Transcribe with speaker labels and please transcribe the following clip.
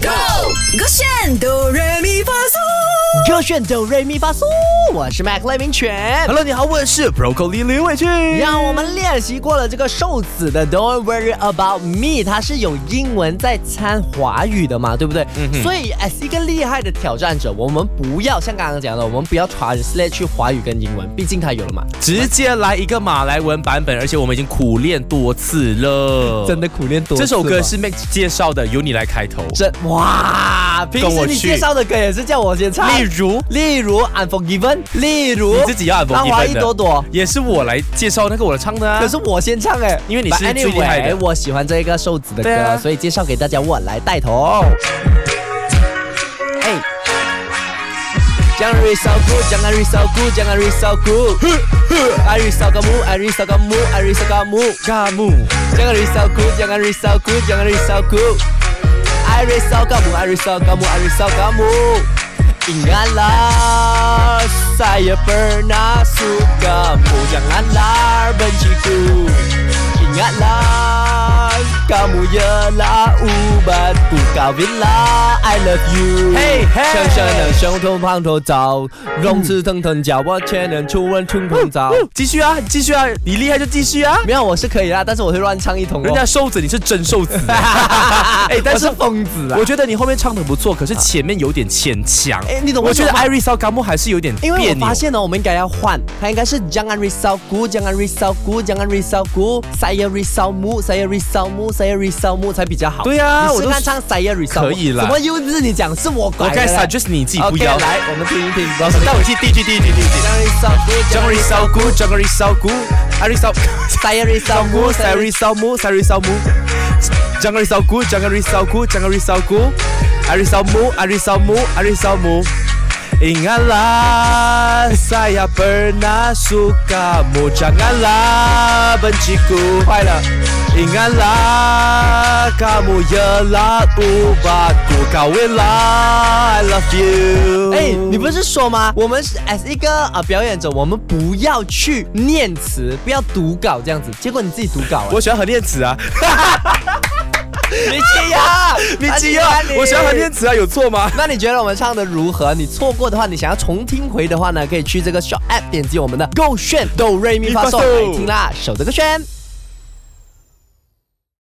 Speaker 1: Go，
Speaker 2: 勾选哆来咪发嗦，
Speaker 1: 歌选哆瑞咪发嗦，我是麦克雷明犬。
Speaker 3: Hello，你好，我是 Broccoli 刘伟俊。
Speaker 1: 让我们练习过了这个瘦子的 Don't worry about me，它是有英文在掺华语的嘛，对不对？
Speaker 3: 嗯
Speaker 1: 所以 as 一个厉害的挑战者，我们不要像刚刚讲的，我们不要 translate 去华语跟英文，毕竟它有了嘛。
Speaker 3: 直接来一个马来文版本，而且我们已经苦练多次了，
Speaker 1: 真的。苦练多次
Speaker 3: 这
Speaker 1: 了。
Speaker 3: 首歌是 Mac 介绍的，由你来开头。
Speaker 1: 这哇，平
Speaker 3: 跟
Speaker 1: 时
Speaker 3: 我
Speaker 1: 你
Speaker 3: 去
Speaker 1: 介绍的歌也是叫我先唱，
Speaker 3: 例如，
Speaker 1: 例如 Unforgiven，例如
Speaker 3: 你自己要
Speaker 1: 浪花
Speaker 3: Unforgiven
Speaker 1: 一
Speaker 3: 的
Speaker 1: 朵朵。
Speaker 3: 也是我来介绍那个我唱的啊。
Speaker 1: 可是我先唱哎、
Speaker 3: 因为你是
Speaker 1: But
Speaker 3: 最厉害的
Speaker 1: anyway，我喜欢这个瘦子的歌，
Speaker 3: 对啊
Speaker 1: 所以介绍给大家，我来带头。哎，jangan risauku, jangan risauku, jangan risauku. I risau kamu, I risau kamu, I risau kamu.
Speaker 3: Kamu
Speaker 1: Jangan risauku, jangan risauku, jangan risauku. I risau kamu, I risau kamu, I risau kamu. Ingatlah, saya pernah sukamu. Janganlah benciku. Ingatlah, kamu ialah ubatku. Kawinlah, I love you.
Speaker 3: Hey, hey.
Speaker 1: 深深的胸膛胖头枣，融刺腾腾脚，我却能出温春空早。
Speaker 3: 继续啊，继续啊，你厉害就继续啊。
Speaker 1: 没有，我是可以啦，但是我会乱唱一通哦。
Speaker 3: 人家瘦子，你是真瘦子。
Speaker 1: 哎
Speaker 3: 哎但是
Speaker 1: 疯子
Speaker 3: 我觉得你后面唱的不错，可是前面有点牵强。
Speaker 1: 哎你懂为
Speaker 3: 我
Speaker 1: 什
Speaker 3: 觉
Speaker 1: 么
Speaker 3: 得
Speaker 1: 吗
Speaker 3: Iris 和 Kamu 还是有点别
Speaker 1: 因
Speaker 3: 扭。
Speaker 1: 为我发现呢，我们应该要换，它应该是 jangan risauku, jangan risauku, jangan risauku, saya risaumu, saya risaumu, saya risaumu 才比较好。
Speaker 3: 对啊
Speaker 1: 你
Speaker 3: 我
Speaker 1: 试
Speaker 3: 都
Speaker 1: 看唱 saya risaumu，
Speaker 3: 可以啦
Speaker 1: 什么幼稚？你讲是我
Speaker 3: 我
Speaker 1: 改的
Speaker 3: 该
Speaker 1: 嘞。
Speaker 3: suggest 你自己不
Speaker 1: OK，
Speaker 3: 要。
Speaker 1: 来，我们听一听。
Speaker 3: 老师，带我去第一句，第一句，第一句。
Speaker 1: jangan risauku, jangan risauku,
Speaker 3: Jangri Salgu, Jangri Salgu, Ari Sal,
Speaker 1: saya
Speaker 3: Salgu,
Speaker 1: risaumu, saya
Speaker 3: Sari
Speaker 1: risaumu.
Speaker 3: Salmu, Sari Salmu, Jangri Salgu, Jangri Salgu, Jangri Salgu, Ari Salmu, Ari Salmu, Ari Salmu. Ingatlah saya pernah sukamu Janganlah benciku Baiklah Ingatlah kamu ialah ubatku Kawinlah I love you
Speaker 1: 哎，你不是说吗？我们是 as 一个呃表演者，我们不要去念词，不要读稿这样子。结果你自己读稿哎，
Speaker 3: 我喜欢很念词啊
Speaker 1: 没气 呀，
Speaker 3: 你
Speaker 1: 他
Speaker 3: 急
Speaker 1: 喜
Speaker 3: 啊
Speaker 1: 欢！你
Speaker 3: 我喜欢很念词啊，有错吗？
Speaker 1: 那你觉得我们唱的如何？你错过的话，你想要重听回的话呢，可以去这个 s h o p App 点击我们的 Go 炫哆瑞咪发嗦来听啦，守这个炫。